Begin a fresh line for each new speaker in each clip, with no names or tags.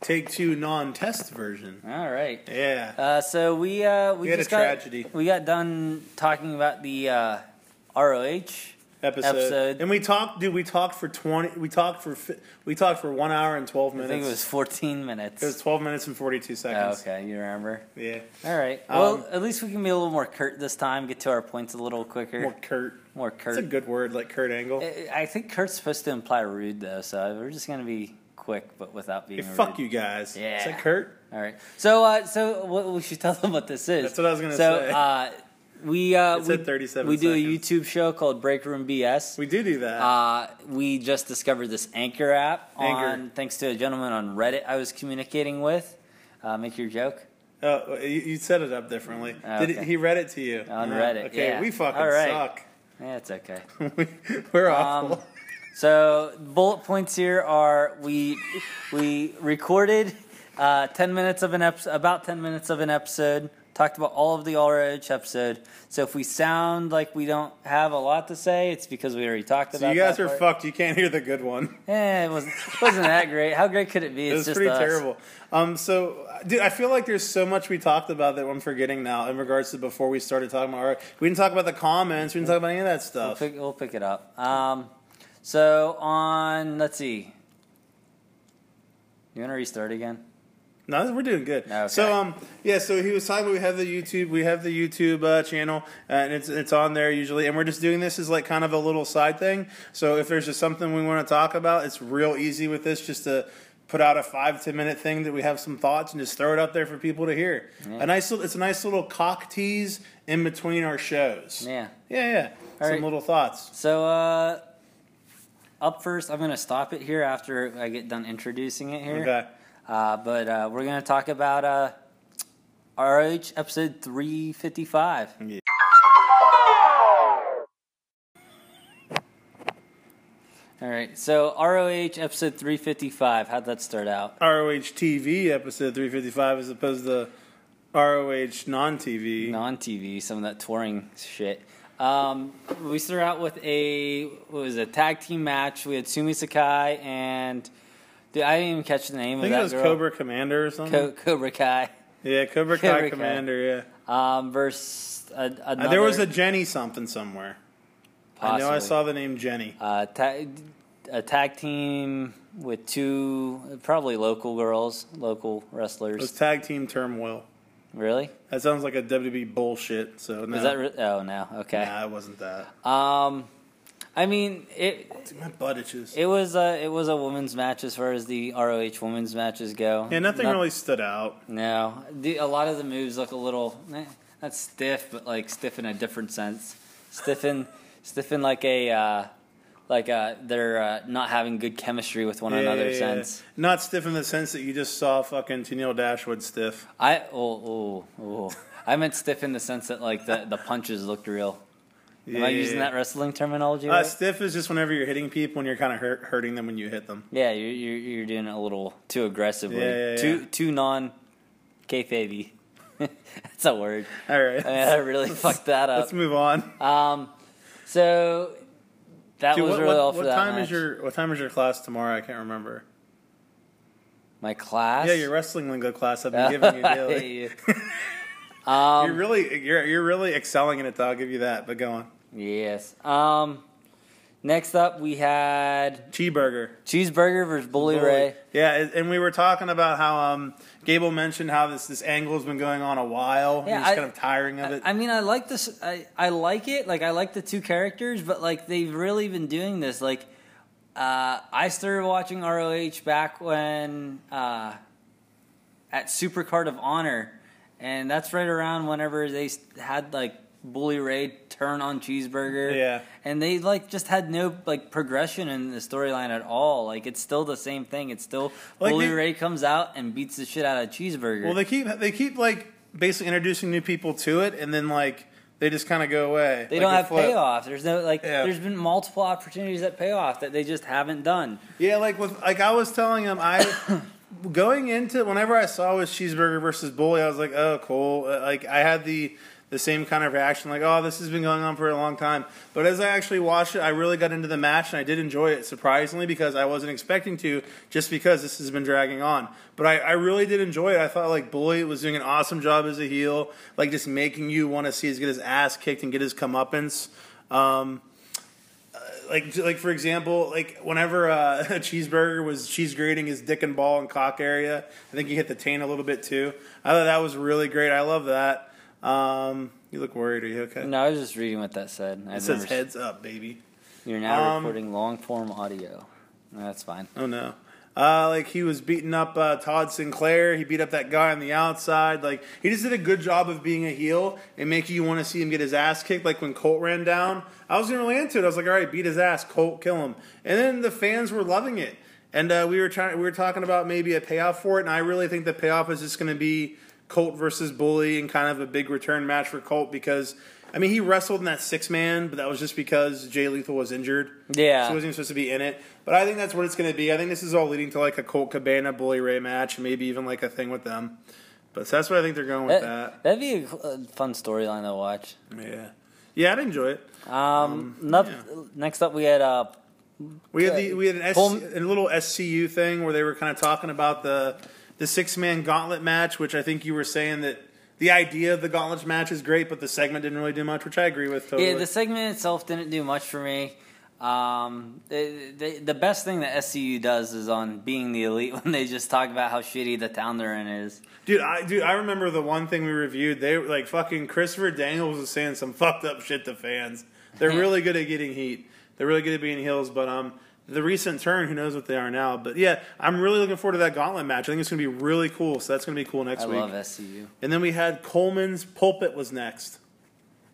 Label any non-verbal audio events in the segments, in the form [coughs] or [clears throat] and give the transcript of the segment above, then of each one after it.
Take two non-test version.
All right.
Yeah.
Uh, so we uh, we,
We had
just
a
got,
tragedy.
We got done talking about the uh, ROH.
episode.
episode.
And we talked, dude. We talked for twenty. We talked for fi- we talked for one hour and twelve
I
minutes.
think it was 14 minutes.
It was twelve minutes and forty-two
Oh,
seconds.
okay, you remember.
Yeah.
All right.
Um,
Well, at least we can be a little more curt this time. Get to our points a little quicker.
More
More,
Kurt.
curt.
That's a good word, like Kurt Angle.
I- I think curt's supposed to imply rude though, so we're just gonna be quick, but without being
hey,
rude.
fuck you guys. Is
Yeah.
that Kurt?
All right. So, uh, so what we should tell them what this is.
That's what I was gonna
so,
say.
uh, we uh,
It's
we,
at 37
we do
seconds.
a YouTube show called Break Room BS.
We do do that.
Uh, we just discovered this Anchor app
Anchor.
on thanks to a gentleman on Reddit I was communicating with. Uh, make your joke
oh, you, you set it up differently.
Oh,
Did
okay.
it, he read it to you
on
Yeah.
Reddit.
Okay,
yeah.
we fucking
All right.
suck. [laughs]
Yeah, it's okay.
We're
Um,
awful.
so bullet points here are we we recorded uh, ten minutes of an episode, about ten minutes of an episode. Talked about all of the All Rage episode. So if we sound like we don't have a lot to say, it's because we already talked
So
about.
you guys
that
are
part.
fucked. You can't hear the good one.
Eh, it wasn't wasn't that great. How great could it be?
[laughs]
It's
It was
just
pretty
us.
terrible. Um, so, dude, I feel like there's so much we talked about that I'm forgetting now in regards to before we started talking about. Our, we didn't talk about the comments. We didn't talk about any of that
We'll
stuff.
pick, we'll pick it up. Um, so on, let's see. You want to restart again?
No, we're doing good.
Okay.
So, um, yeah. So he was talking. about We have the YouTube. We have the YouTube uh, channel, uh, and it's it's on there usually. And we're just doing this as like kind of a little side thing. So if there's just something we want to talk about, it's real easy with this. Just to put out a five ten minute thing that we have some thoughts and just throw it up there for people to hear. A nice. little It's a nice little cock tease in between our shows.
Yeah.
Yeah, yeah.
All
Some
right.
little thoughts.
So uh, up first, I'm gonna stop it here after I get done introducing it here.
Okay.
Uh, but uh, we're gonna talk about uh, RH episode 355.
Yeah.
All right, so ROH episode 355. How'd that start out?
ROH TV episode 355 as opposed to ROH non TV.
non TV, some of that touring shit. Um, we started out with a what was it, a tag team match. We had Sumi Sakai and dude, I didn't even catch the name
I think
of that
it was
girl.
Cobra Commander or something.
Co- Cobra Kai
yeah, Cobra Kai
Cobra Kai.
Commander. Yeah,
um, versus a, another.
Uh, there was a Jenny something somewhere. I know I
possibly.
saw the name Jenny.
uh, ta- a tag team with two probably local girls, local
It was
wrestlers.
tag team turmoil.
Really?
That sounds like a WWE bullshit. So no,
Is that? Re- oh no. Okay.
nah, it wasn't that.
Um, I mean it.
Dude, my butt itches.
It was a it was a women's match as far as the ROH women's matches go.
yeah, nothing
Not-
really stood out.
No, the, a lot of the moves look a little eh, not stiff, but like stiff in a different sense. Stiffen, stiffen like a uh, like uh they're uh, not having good chemistry with one
Yeah,
another
yeah, yeah.
sense.
Not stiff in the sense that you just saw fucking Tennille Dashwood stiff.
I oh oh oh. I meant stiff in the sense that like the, the punches looked real. Am I
Yeah,
using
yeah,
that wrestling terminology?
yeah. Uh,
right?
stiff is just whenever you're hitting people and you're kind of hurt, hurting them when you hit them.
yeah, you're, you're you're doing it a little too aggressively,
Yeah, yeah,
too
yeah.
too non kayfabe. [laughs] That's a word.
All
[laughs]
right,
I, mean, I
[laughs]
really fucked that up.
let's move on.
Um, so that
Dude,
was
what,
really
what-
all for
what
that
time
match.
is your what time is your class tomorrow? I can't remember.
my class?
Yeah, your wrestling lingo class I've been giving
[laughs]
you daily. [laughs] you're
um,
really you're you're really excelling in it though, I'll give you that. But go on.
yes. Um, next up we had
Cheeseburger.
cheeseburger versus Bully, Ray.
Yeah, and- and we were talking about how um Gable mentioned how this this angle's been going on a while.
Yeah,
Yeah, he's
I-
kind of tiring of it.
I, I mean, I like this. I, I like it. Like I like the two characters, but like they've really been doing this. Like uh, I started watching ROH back when uh, at Supercard of Honor, and that's right around whenever they s- had like Bully Ray turn on Cheeseburger.
Yeah.
and they like just had no like progression in the storyline at all. Like it's still the same thing. It's still
Like,
Bully
they-
Ray comes out and beats the shit out of Cheeseburger.
well, they keep they keep like basically introducing new people to it, and then like they just kind of go away.
They
Like
don't
a
have
flip.
payoff. There's no like.
Yeah.
There's been multiple opportunities at payoff that they just haven't done.
Yeah, like with like I was telling him, I [coughs] going into whenever I saw was cheeseburger versus bully, I was like, oh cool. Uh, Like I had the the same kind of reaction, like, oh, this has been going on for a long time. But as I actually watched it, I really got into the match and I did enjoy it surprisingly because I wasn't expecting to just because this has been dragging on. But I, I really did enjoy it. I thought like Bully was doing an awesome job as a heel, like just making you want to see his get his ass kicked and get his comeuppance. Um, like like for example, like whenever uh, [laughs] cheeseburger was cheese grating his dick and ball and cock area, I think he hit the taint a little bit too. I thought that was really great. I love that. Um, you look worried. Are you okay?
No, I was just reading what that said.
It
I've
says
never-
heads up, baby.
You're now
Um,
recording long form audio. No, that's fine.
Oh no. Uh, like he was beating up uh, Todd Sinclair. He beat up that guy on the outside. Like he just did a good job of being a heel and making you want to see him get his ass kicked. Like when Colt ran down, I wasn't really into it. I was like, all right, beat his ass, Colt, kill him. And then the fans were loving it. And uh, we were trying. We were talking about maybe a payoff for it, and I really think the payoff is just going to be Colt versus Bully and kind of a big return match for Colt because I mean he wrestled in that six man, but that was just because Jay Lethal was injured.
Yeah.
So he wasn't even supposed to be in it. But I think that's what it's going to be. I think this is all leading to like a Colt Cabana Bully Ray match, and maybe even like a thing with them. But so that's what I think they're going
Eh.
with that.
That, would be a cl- a fun storyline to watch.
Yeah. Yeah, I'd enjoy it.
Um, nup-
yeah.
Next up, we had uh,
We had the we had an SC,
Pull-
a little SCU thing where they were kind of talking about the the six man gauntlet match, which I think you were saying that the idea of the gauntlet match is great, but the segment didn't really do much, which I agree with totally.
yeah, the segment itself didn't do much for me. Um, the, the, the best thing that SCU does is on being the elite [laughs] when they just talk about how shitty the town they're in is.
Dude, I dude, I remember the one thing we reviewed. They like fucking Christopher Daniels was saying some [laughs] fucked up shit to fans. They're really good at getting heat. They're really good at being heels, but um, the recent turn, who knows what they are now? But yeah, I'm really looking forward to that gauntlet match. I think it's gonna be really cool. So that's gonna be cool next
I
week.
love SCU.
And then we had Coleman's pulpit was next.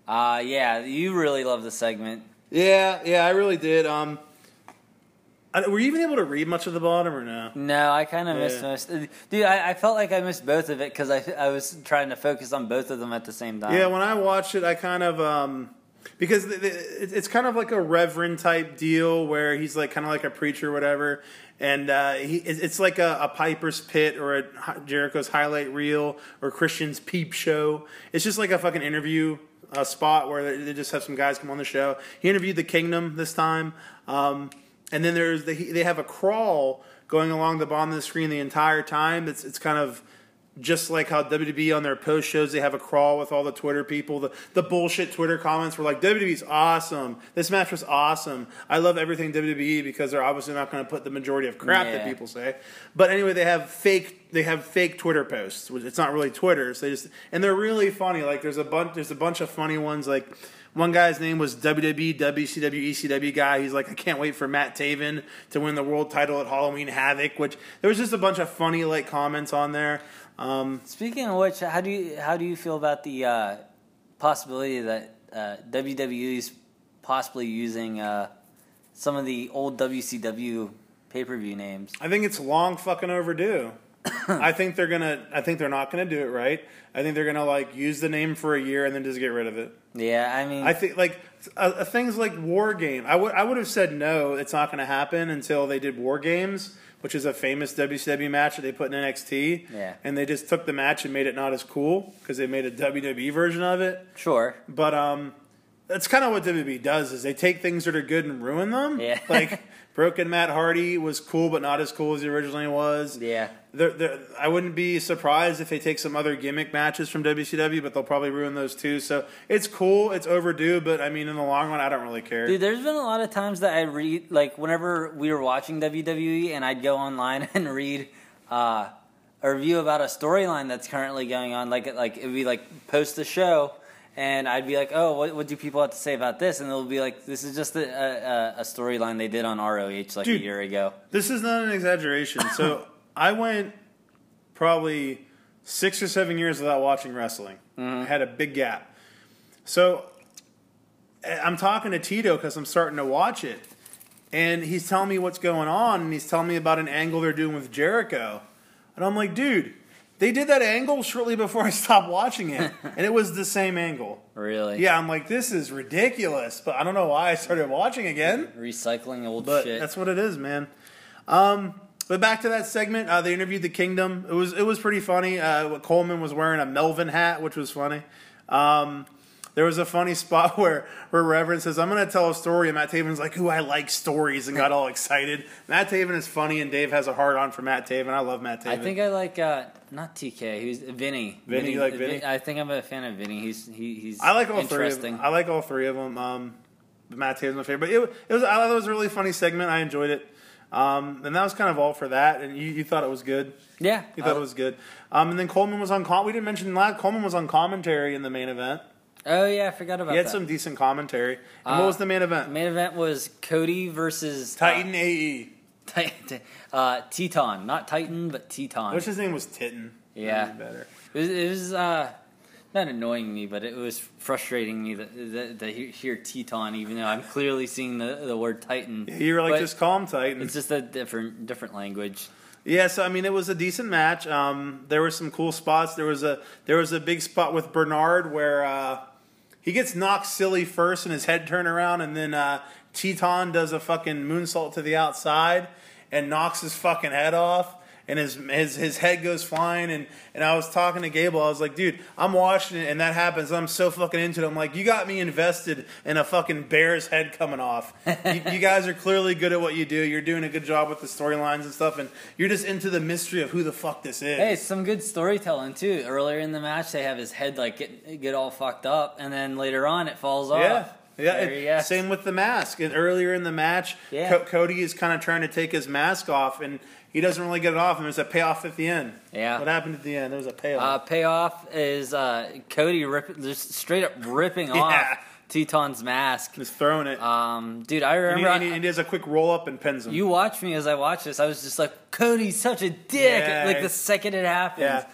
Uh, yeah, you really love the segment.
Yeah, yeah, I really did. Um, I, were you even able to read much of the bottom or no?
No, I kind of missed
Yeah.
most. uh, Dude, I, I felt like I missed both of it because I, I was trying to focus on both of them at the same time.
Yeah, when I watched it, I kind of um, because the, the, it- it's kind of like a reverend type deal where he's like kind of like a preacher, or whatever, and uh, he it- it's like a, a Piper's Pit or a Hi- Jericho's highlight reel or Christian's peep show. It's just like a fucking interview uh, spot where they, they just have some guys come on the show. He interviewed the Kingdom this time, um, and then there's the, he- they have a crawl going along the bottom of the screen the entire time. It's it's kind of just like how WWE on their post shows, they have a crawl with all the Twitter people. The, the bullshit Twitter comments were like, WWE's awesome. This match was awesome. I love everything WWE because they're obviously not going to put the majority of crap that
Yeah.
people say. But anyway, they have fake they have fake Twitter posts. which- It's not really Twitter. So they just and they're really funny. Like there's a bunch there's a bunch of funny ones. Like one guy's name was E, WWE WCW ECW guy. He's like, I can't wait for Matt Taven to win the world title at Halloween Havoc. Which there was just a bunch of funny like comments on there. Um,
Speaking of which, how do you how do you feel about the uh, possibility that uh, WWE is possibly using uh, some of the old WCW pay per view names?
I think it's long fucking overdue. [coughs] I think they're gonna. I think they're not gonna do it right. I think they're gonna like use the name for a year and then just get rid of it.
Yeah, I mean,
I think like uh, uh, things like War Game. I would I would have said no. It's not going to happen until they did War Games, which is a famous WCW match that they put in NXT.
Yeah.
And they just took the match and made it not as cool because they made a WWE version of it.
sure.
But um, that's kind of what WWE does is they take things that are good and ruin them.
Yeah.
[laughs] like Broken Matt Hardy was cool, but not as cool as he originally was.
Yeah,
They're, they're, I wouldn't be surprised if they take some other gimmick matches from WCW, but they'll probably ruin those too. So it's cool, it's overdue, but I mean, in the long run, I don't really care.
dude. There's been a lot of times that I read, like, whenever we were watching WWE, and I'd go online [laughs] and read uh, a review about a storyline that's currently going on. Like, like it'd be like post the show, and I'd be like, "Oh, what, what do people have to say about this?" And they'll be like, "This is just a, a, a storyline they did on ROH like
Dude.
a year ago."
This is not an exaggeration. So I went probably six or seven years without watching wrestling. I had a big gap. So I- I'm talking to Tito because I'm starting to watch it, and he's telling me what's going on, and he's telling me about an angle they're doing with Jericho, and I'm like, dude, they did that angle shortly before I [laughs] stopped watching it, and it was the same angle.
Really?
Yeah, I'm like, this is ridiculous, but I don't know why I started watching again.
Recycling old
But
shit.
that's what it is, man. Um, but back to that segment, uh, they interviewed the Kingdom. It was it was pretty funny. Uh, what Coleman was wearing a Melvin hat, which was funny. Um, there was a funny [laughs] spot where, where Reverend says, I'm going to tell a story. And Matt Taven's like, Ooh, I like stories, and got all excited. Matt Taven is funny, and Dave has a hard on for Matt Taven. I love Matt Taven.
I think I like uh, not TK. Who's uh, Vinny?
Vinny, you like Vinny?
I think I'm a fan of Vinny. He's he, he's.
I like all three of
interesting.
them. I like all three of them. Um, Matt Taven's my favorite. But it, it was I thought it was a really funny segment. I enjoyed it. Um, and that was kind of all for that. And you, you thought it was good.
Yeah,
You thought
I-
it was good. Um, and then Coleman was on. Com- we didn't mention that Coleman was on commentary in the main event.
Oh yeah, I forgot about
He had
that.
some decent commentary. And what
Uh,
was the main event?
Main event was Cody versus uh,
Titan E. AE.
Titan, uh, Teton, not Titan, but Teton.
I wish his name was Titan.
Yeah.
That'd be better.
It was, it was uh, not annoying me, but it was frustrating me that that, that he- hear Teton, even though I'm clearly seeing the, the word Titan.
You were like,
But
just call him Titan.
It's just a different different language.
Yeah, so I mean, it was a decent match. Um, there were some cool spots. There was a there was a big spot with Bernard where uh, he gets knocked silly first and his head turned around, and then uh, Teton does a fucking moonsault to the outside and knocks his fucking head off. And his, his his head goes flying, and, and I was talking to Gable. I was like, dude, I'm watching it, and that happens. I'm so fucking into it. I'm like, you got me invested in a fucking bear's head coming off. you, you guys are clearly good at what you do. You're doing a good job with the storylines and stuff, and you're just into the mystery of who the fuck this is.
Hey, it's some good storytelling too. Earlier in the match, they have his head like get get all fucked up, and then later on, it falls off.
Yeah. Yeah,
There
it-
you go.
same with the mask. And earlier in the match,
Yeah.
Co- Cody is kind of trying to take his mask off, and he doesn't really get it off. And there's a payoff at the end.
Yeah.
what happened at the end? There was a payoff.
Uh, payoff is uh, Cody rip, just straight up
[laughs]
ripping
Yeah.
off Teton's mask.
Just throwing it.
Um, dude, I
and, he,
remember
and he- and he does a quick roll up and pins him.
you watched me as I watched this. I was just like, Cody's such a dick.
Yeah.
Like the second it happens.
yeah.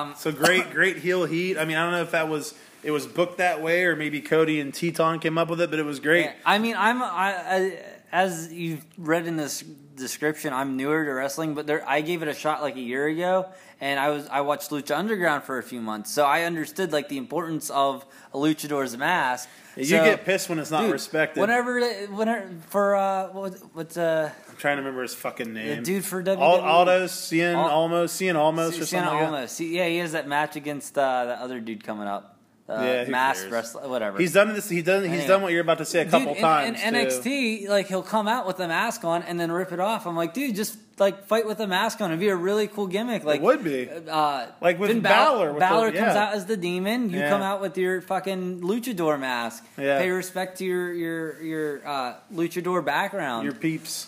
Um, so great, great heel heat. I mean, I don't know if that was it was booked that way, or maybe Cody and Teton came up with it, but it was great.
I mean, I'm I, I, as you've read in this description, I'm newer to wrestling, but there, I gave it a shot like a year ago, and I was I watched Lucha Underground for a few months, so I understood like the importance of a luchador's mask.
You
So-
get pissed when it's not
Dude,
respected.
Whenever, whenever for uh, what was, what's uh,
I'm trying to remember his fucking name.
dude for
Al-
WWE.
Aldo, Cien,
Al-
almost Cien, almost or
Cien
something. like that.
Almas. He- yeah, he has that match against uh, that other dude coming up. Uh,
Yeah, who
mass
cares?
wrestler, whatever.
He's done this. He done. He's
Anyway.
done what you're about to say a couple
dude, in-
times.
In,
too.
NXT, like he'll come out with a mask on and then rip it off. I'm like, dude, just like fight with a mask on. It'd be a really cool gimmick. Like
would be.
Uh,
Like with
Finn
Balor with the-
Balor comes
yeah.
out as the demon. You
Yeah.
come out with your fucking luchador mask.
Yeah.
Pay respect to your your your uh, luchador background.
Your
[coughs]
peeps.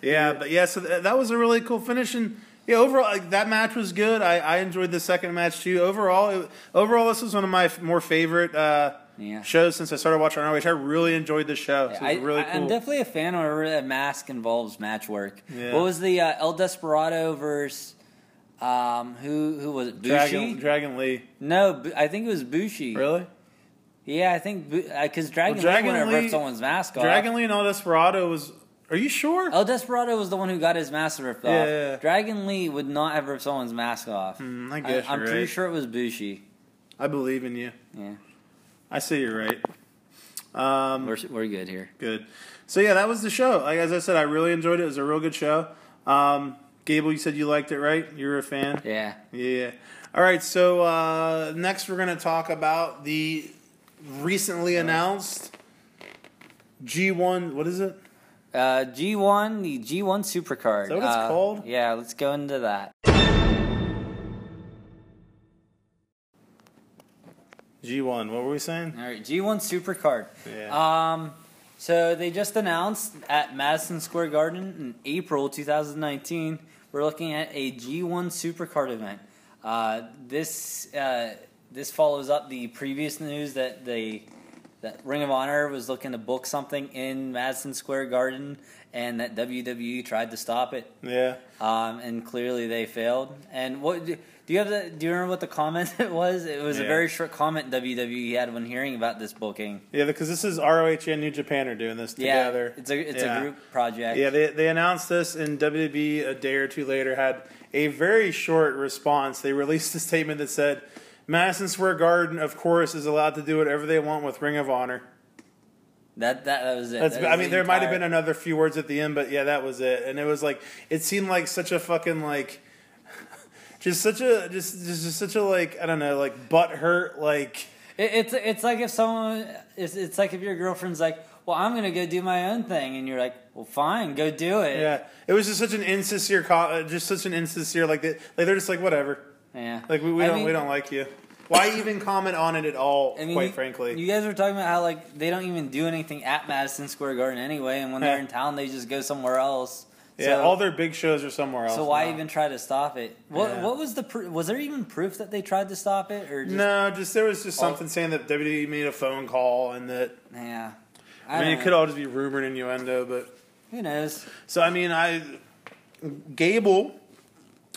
yeah, but yeah. So th- that was a really cool finish, and yeah, overall like, that match was good. I, I enjoyed the second match too. Overall, it, overall, this was one of my f- more favorite uh,
Yeah.
shows since I started watching ROH. I really enjoyed the show. So it was really
am
cool.
definitely a fan whenever a mask involves match work.
Yeah.
What was the uh, El Desperado versus um, who who was it? Bushi?
Dragon, Dragon Lee,
no, Bu- I think it was Bushi.
really?
Yeah, I think because Dragon,
Well,
Lee
Dragon
wouldn't have
Lee-
ripped someone's mask off.
Dragon Lee and El Desperado was. Are you sure?
El Desperado was the one who got his mask ripped
Yeah,
off.
yeah, yeah.
Dragon Lee would not have ripped someone's mask off.
Mm, I guess
I, am
you're
pretty
right.
sure it was Bushi.
I believe in you.
Yeah,
I see you're right. Um,
we're we're good here.
Good. So yeah, that was the show. Like as I said, I really enjoyed it. It was a real good show. Um, Gable, you said you liked it, right? You were a fan.
Yeah.
Yeah. All right. So uh, next, we're gonna talk about the recently announced G1. What is it?
Uh, G1, the G1 supercard. Is
that what it's
uh,
called?
Yeah, let's go into that.
G1. What were we saying?
All right, G1 Supercard.
Yeah.
Um, so they just announced at Madison Square Garden in April 2019, we're looking at a G1 Supercard event. Uh, this uh, this follows up the previous news that they that Ring of Honor was looking to book something in Madison Square Garden, and that WWE tried to stop it,
Yeah.
um, and clearly they failed. And what do you have? The, do you remember what the comment [laughs] it was? It was
Yeah.
a very short comment WWE had when hearing about this booking.
Yeah. Because this is ROH and New Japan are doing this
Yeah,
together.
it's a it's
Yeah.
a group project.
Yeah, they, they announced this, and WWE a day or two later had a very short response. They released a statement that said, Madison Square Garden, of course, is allowed to do whatever they want with Ring of Honor.
that that, that was it.
That's,
That
I
was
mean,
the
there might have
entire-
been another few words at the end, but yeah, that was it. And it was like, it seemed like such a fucking, like, [laughs] just such a just just, just such a like I don't know like butt hurt like
It, it's it's like if someone it's, it's like if your girlfriend's like, "Well, I'm gonna go do my own thing," and you're like, "Well, fine, go do it."
yeah. It was just such an insincere co- uh, just such an insincere like that like they're just like whatever
yeah.
like we, we
I
don't
mean-
we don't like you. Why even comment on it at all?
I mean,
quite
you-
frankly,
you guys were talking about how like they don't even do anything at Madison Square Garden anyway, and when they're
Yeah.
in town, they just go somewhere else.
yeah.
So-
all their big shows are somewhere else.
So why
now.
even try to stop it? What
Yeah.
what was the pr- was there even proof that they tried to stop it or just,
No, just there was just
All-
something saying that WWE made a phone call and that.
Yeah,
I, mean,
don't
it
know.
could all just be rumor and innuendo, but
Who knows?
so I mean, I Gable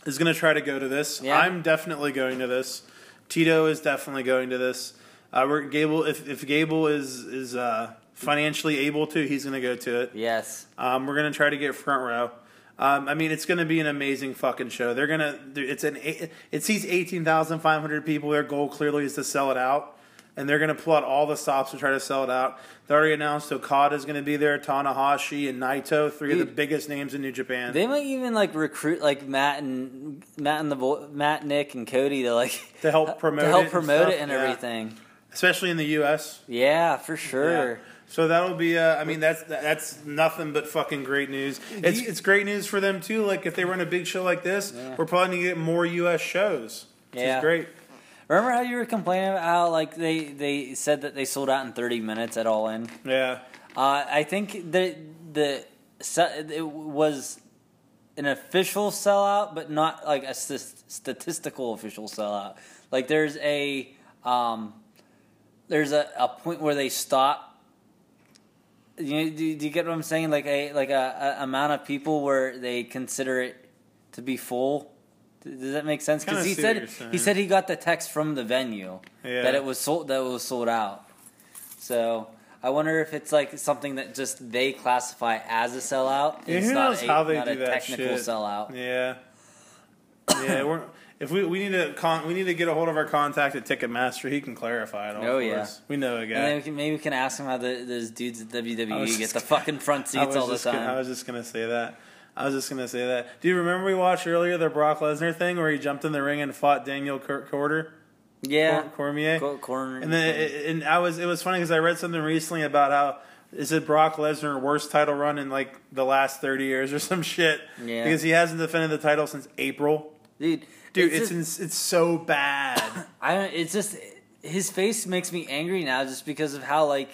is going to try to go to this.
Yeah.
I'm definitely going to this. Tito is definitely going to this. Uh, we're Gable. If if Gable is is uh, financially able to, he's going to go to it.
Yes.
Um, we're gonna try to get front row. Um, I mean, it's gonna be an amazing fucking show. They're gonna. It's an. eight- It seats eighteen thousand five hundred people. Their goal clearly is to sell it out, and they're gonna pull out all the stops to try to sell it out. They already announced Okada is gonna be there. Tanahashi and Naito, three of the
Dude.
biggest names in New Japan.
They might even like recruit like Matt and Matt and the vo- Matt Nick and Cody to like
To help promote
[laughs] to
it
help
and
promote
stuff,
it and
yeah.
everything.
especially in the U.S.
Yeah, for sure.
Yeah. So that'll be. Uh, I mean, that's that's nothing but fucking great news. It's
you-
it's great news for them too. Like if they run a big show like this,
Yeah.
we're probably gonna get more U.S. shows, which
Yeah.
is great.
Remember how you were complaining about how like they they said that they sold out in thirty minutes at All In.
Yeah.
Uh, I think the the se- it was an official sellout, but not like a st- statistical official sellout. Like there's a um, there's a, a point where they stop. You do, do you get what I'm saying? Like a like a, a amount of people where they consider it to be full. Th- Does that make sense? Because
Kinda
he
see what
said
you're
he said he got the text from the venue
Yeah.
that it was sold that it was sold out. So I wonder if it's like something that just they classify as a sellout. and
Yeah,
it's
who
not
knows
a,
how they
not
do
a
that
technical
shit.
sellout.
Yeah. Yeah, we're if we we need to con we need to get a hold of our contact at Ticketmaster. He can clarify it all.
Oh,
for
yeah.
us. we know a
And then
guy.
we can, maybe we can ask them how the, those dudes at
I was
WWE get
just
the fucking front
I
seats
was
all the
just gonna- I
time.
was just gonna say that. I was just gonna say that. Do you remember we watched earlier the Brock Lesnar thing where he jumped in the ring and fought Daniel Cor- Corder
yeah,
Cor- Cormier?
Cor- corner.
And then it- and I was it was funny because I read something recently about how is it Brock Lesnar worst title run in like the last thirty years or [laughs] some shit?
Yeah.
Because he hasn't defended the title since April.
dude,
Dude, it's
just,
ins it's so
[coughs]
bad.
I don't. It's just his face makes me angry now, just because of how like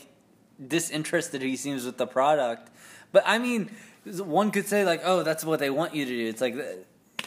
disinterested he seems with the product. But I mean, one could say like, "Oh, that's what they want you to do." It's like,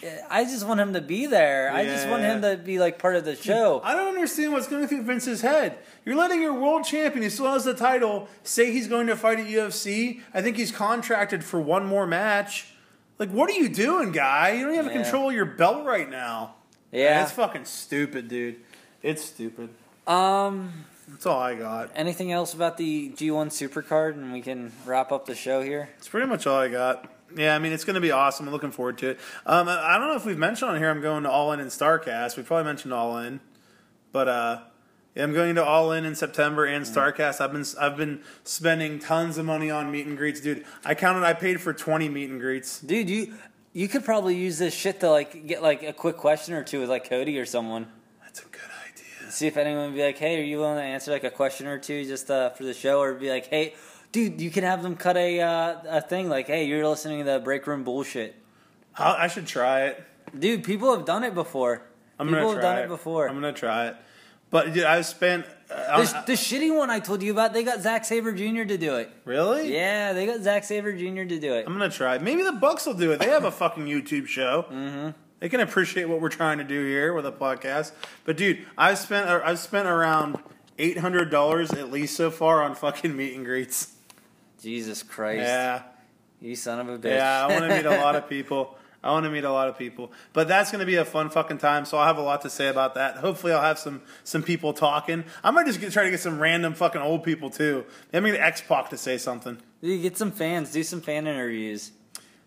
eh, I just want him to be there. I just want him
Yeah.
to be like part of the show.
I don't understand what's going through Vince's head. You're letting your world champion, who still has the title, say he's going to fight at UFC. I think he's contracted for one more match. Like, what are you doing, guy? You don't even
Yeah.
control your belt right now. Man,
yeah.
it's fucking stupid, dude. It's stupid.
um.
That's all I got.
Anything else about the G1 Supercard, and we can wrap up the show here.
That's pretty much all I got. Yeah, I mean it's going to be awesome. I'm looking forward to it. Um, I I don't know if we've mentioned on here. I'm going to All In and Starcast. We probably mentioned All In, but uh, yeah, I'm going to All In in September and
Mm-hmm.
Starcast. I've been I've been spending tons of money on meet and greets, dude. I counted. I paid for 20 meet and greets.
Dude, you you could probably use this shit to like get like a quick question or two with like Cody or someone.
That's a good idea.
see if anyone would be like, "Hey, are you willing to answer like a question or two just uh, for the show?" Or be like, "Hey, dude, you can have them cut a uh, a thing like, hey, you're listening to the break room bullshit."
I'll, I should try it.
Dude, people have done it before.
I'm
people
gonna
have
try
done it,
it
before.
I'm gonna try it. But dude, I spent. Uh,
the, the shitty one I told you about, they got Zack Saber Jr. to do it.
really?
Yeah, they got Zack Saber Jr. to do it.
I'm gonna try. it. Maybe the Bucks will do it. They have a fucking YouTube show. Mm-hmm. They can appreciate what we're trying to do here with a podcast. But dude, I've spent uh, I've spent around eight hundred dollars at least so far on fucking meet and greets.
Jesus Christ,
Yeah,
you son of a bitch. [laughs]
yeah. I want to meet a lot of people. I want to meet a lot of people. But that's gonna be a fun fucking time. So I'll have a lot to say about that. Hopefully, I'll have some some people talking. I might just get, try to get some random fucking old people too. Maybe get X Pac to say something.
Dude, get some fans, do some fan interviews.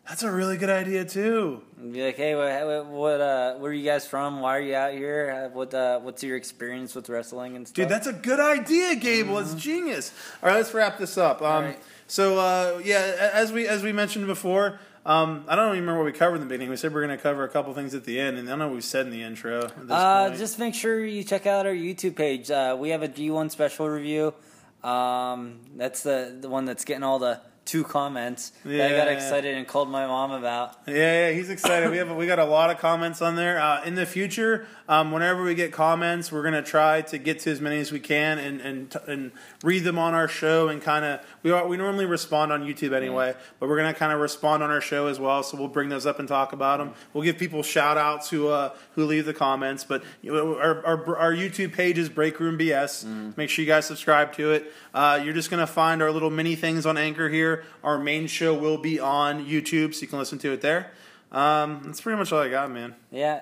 That's a really good idea too.
And be like, hey, what, what, uh, where are you guys from? Why are you out here? Uh, What, uh, what's your experience with wrestling and stuff?
Dude, that's a good idea, Gable. It's genius. All right, let's wrap this up. Um,
right.
So uh, yeah, a- as we as we mentioned before, Um, I don't even remember what we covered in the beginning. We said we are going to cover a couple things at the end, and I don't know what we said in the intro. At this
Uh,
point.
just make sure you check out our YouTube page. Uh, we have a G1 special review. Um, that's the, the one that's getting all the two comments that I got
Yeah.
excited and called my mom about.
Yeah, yeah, he's excited. we have we got a lot of comments on there. Uh, in the future, um, whenever we get comments, we're gonna try to get to as many as we can and and t- and read them on our show and kind of we are, we normally respond on YouTube anyway, but we're gonna kind of respond on our show as well. So we'll bring those up and talk about them. We'll give people shout outs who uh, who leave the comments, but you know, our, our our YouTube page is Break Room BS.
Mm.
Make sure you guys subscribe to it. Uh, you're just gonna find our little mini things on Anchor here. Our main show will be on YouTube, so you can listen to it there. Um, that's pretty much all I got, man.
Yeah.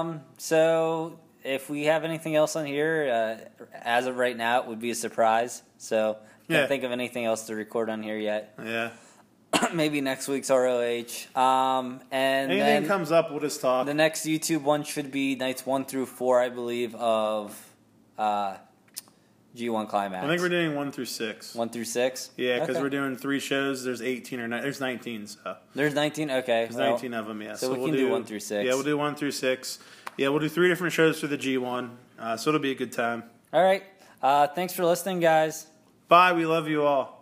Um, so if we have anything else on here, uh, as of right now, it would be a surprise. So can't
Yeah.
think of anything else to record on here yet. [clears throat]
Yeah.
Maybe next week's ROH. Um, and
Anything
then
comes up, we'll just talk.
the next YouTube one should be nights one through four, I believe, of uh, G1 Climax.
I think we're doing one through six.
one through six.
Yeah, because
Okay.
we're doing three shows. There's 18 or ni- there's 19, so
there's nineteen. Okay,
there's
well,
19 of them. Yeah,
so we can do one through six.
Yeah, we'll do one through six. Yeah, we'll do three different shows for the G1. Uh, so it'll be a good time.
all right. Uh, thanks for listening, guys.
Bye. We love you all.